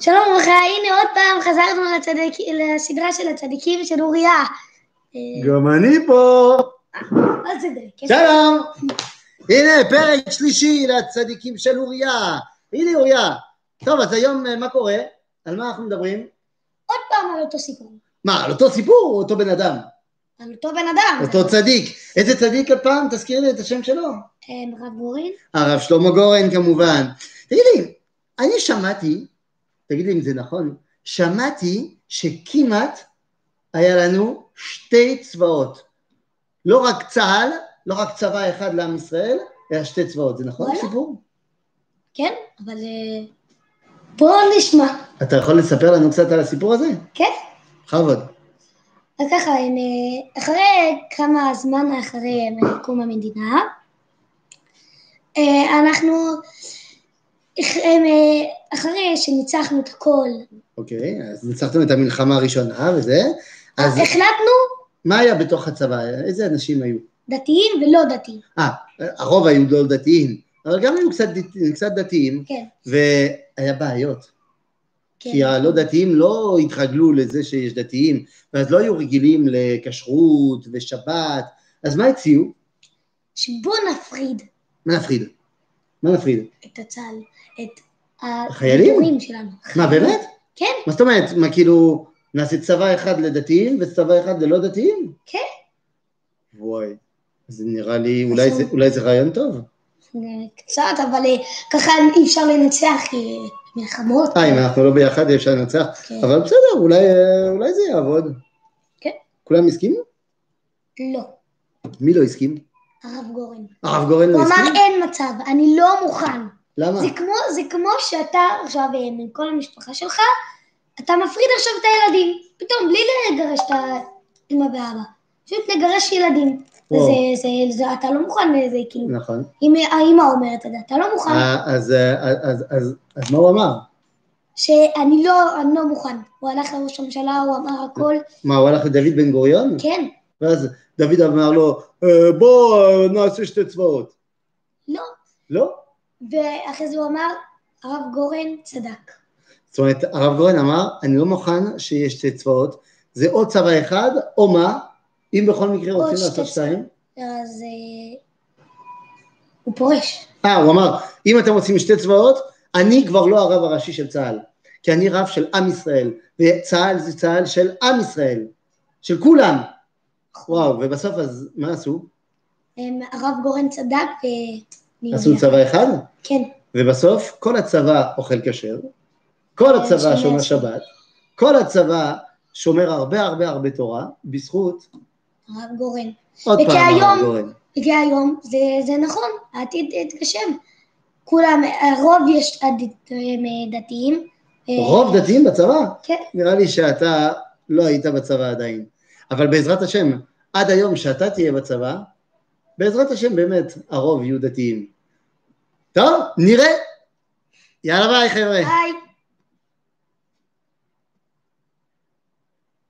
שלום וברכה, הנה עוד פעם חזרנו לצדק... לסדרה של הצדיקים של אוריה. אה, גם אני פה. מה זה כן. דלק? שלום. הנה, פרק שלישי לצדיקים של אוריה. הנה אוריה. טוב, אז היום אה, מה קורה? על מה אנחנו מדברים? עוד פעם על אותו סיפור, מה, על אותו סיפור או אותו בן אדם? על אותו בן אדם. אותו צדיק. איזה צדיק הפעם? תזכיר לי את השם שלו. אה, הרב גורין? הרב שלמה גורן כמובן. תגידי, אני שמעתי, תגיד לי אם זה נכון, שמעתי שכמעט היה לנו שתי צבאות. לא רק צה"ל, לא רק צבא אחד לעם ישראל, אלא שתי צבאות. זה נכון וואלה. הסיפור? כן, אבל... אה, בואו נשמע. אתה יכול לספר לנו קצת על הסיפור הזה? כן? בכבוד. אז ככה, הם, אה, אחרי כמה זמן אחרי אה, קום המדינה, אה, אנחנו, אח- הם, אה, אחרי שניצחנו את הכל, אוקיי, אז ניצחתם את המלחמה הראשונה וזה. אז החלטנו מה היה בתוך הצבא? איזה אנשים היו? דתיים ולא דתיים, אה, הרוב היו לא דתיים, אבל גם היו קצת, דת- קצת דתיים, כן. והיה בעיות. כן. כי הלא דתיים לא התרגלו לזה שיש דתיים, ואז לא היו רגילים לכשרות ושבת, אז מה הציעו? שבו נפריד מה נפריד? מה נפריד? את הצה"ל, את החיילים? הגיבורים שלנו. מה באמת? כן, מה זאת אומרת? מה כאילו, נעשה צבא אחד לדתיים וצבא אחד ללא דתיים? כן. וואי, זה נראה לי, אולי אז זה, הוא- אולי זה רעיון טוב. אה, קצת, אבל אה, ככה אי אפשר לנצח אה, מלחמות. אה, אם אנחנו לא ביחד אי אפשר לנצח, כן. אבל בסדר, אולי, אה, אולי זה יעבוד. כן. כולם הסכימו? לא, מי לא הסכים? הרב גורן. הרב גורן לא הוא אמר הסכים? אין מצב, אני לא מוכן. למה? זה כמו, זה כמו שאתה עכשיו אה, מכל המשפחה שלך, אתה מפריד עכשיו את הילדים, פתאום בלי לגרש את האמא ואבא, פשוט לגרש ילדים. וואו. זה, זה, זה, אתה לא מוכן לזה, כאילו, נכון. אם האמא אומרת את זה, אתה לא מוכן, אה, אז, אה, אז, אז, אז, אז מה הוא אמר? שאני לא, אני לא מוכן. הוא הלך לראש הממשלה, הוא אמר הכל, מה, הוא הלך לדוד בן גוריון? כן, ואז דוד אמר לו, "אה, בוא אה, נעשה שתי צבאות. לא. לא? ואחרי זה הוא אמר, הרב גורן צדק. זאת אומרת, הרב גורן אמר, אני לא מוכן שיהיה שתי צבאות, זה או צבא אחד, או מה, אם בכל מקרה או רוצים שתי לעשות צבאות. שתיים. אז אה, הוא פורש. אה, הוא אמר, אם אתם רוצים שתי צבאות, אני כבר לא הרב הראשי של צה"ל, כי אני רב של עם ישראל, וצה"ל זה צה"ל של עם ישראל, של כולם. וואו, ובסוף אז מה עשו? הם- הרב גורן צדק ונהיה. עשו צבא אחד, כן, ובסוף כל הצבא אוכל כשר, כל אה, הצבא שומר שומר שבת. שבת, כל הצבא שומר הרבה הרבה הרבה תורה, בזכות, הרב גורן. עוד וכי פעם הרב היום- גורן. כי היום זה, זה נכון, העתיד יתגשם. כולם, הרוב יש הד- הם, אה, דתיים. אה, רוב דתיים בצבא? כן. נראה לי שאתה לא היית בצבא עדיין. אבל בעזרת השם, עד היום שאתה תהיה בצבא, בעזרת השם באמת הרוב יהיו דתיים. טוב, נראה. יאללה ביי חבר'ה. היי.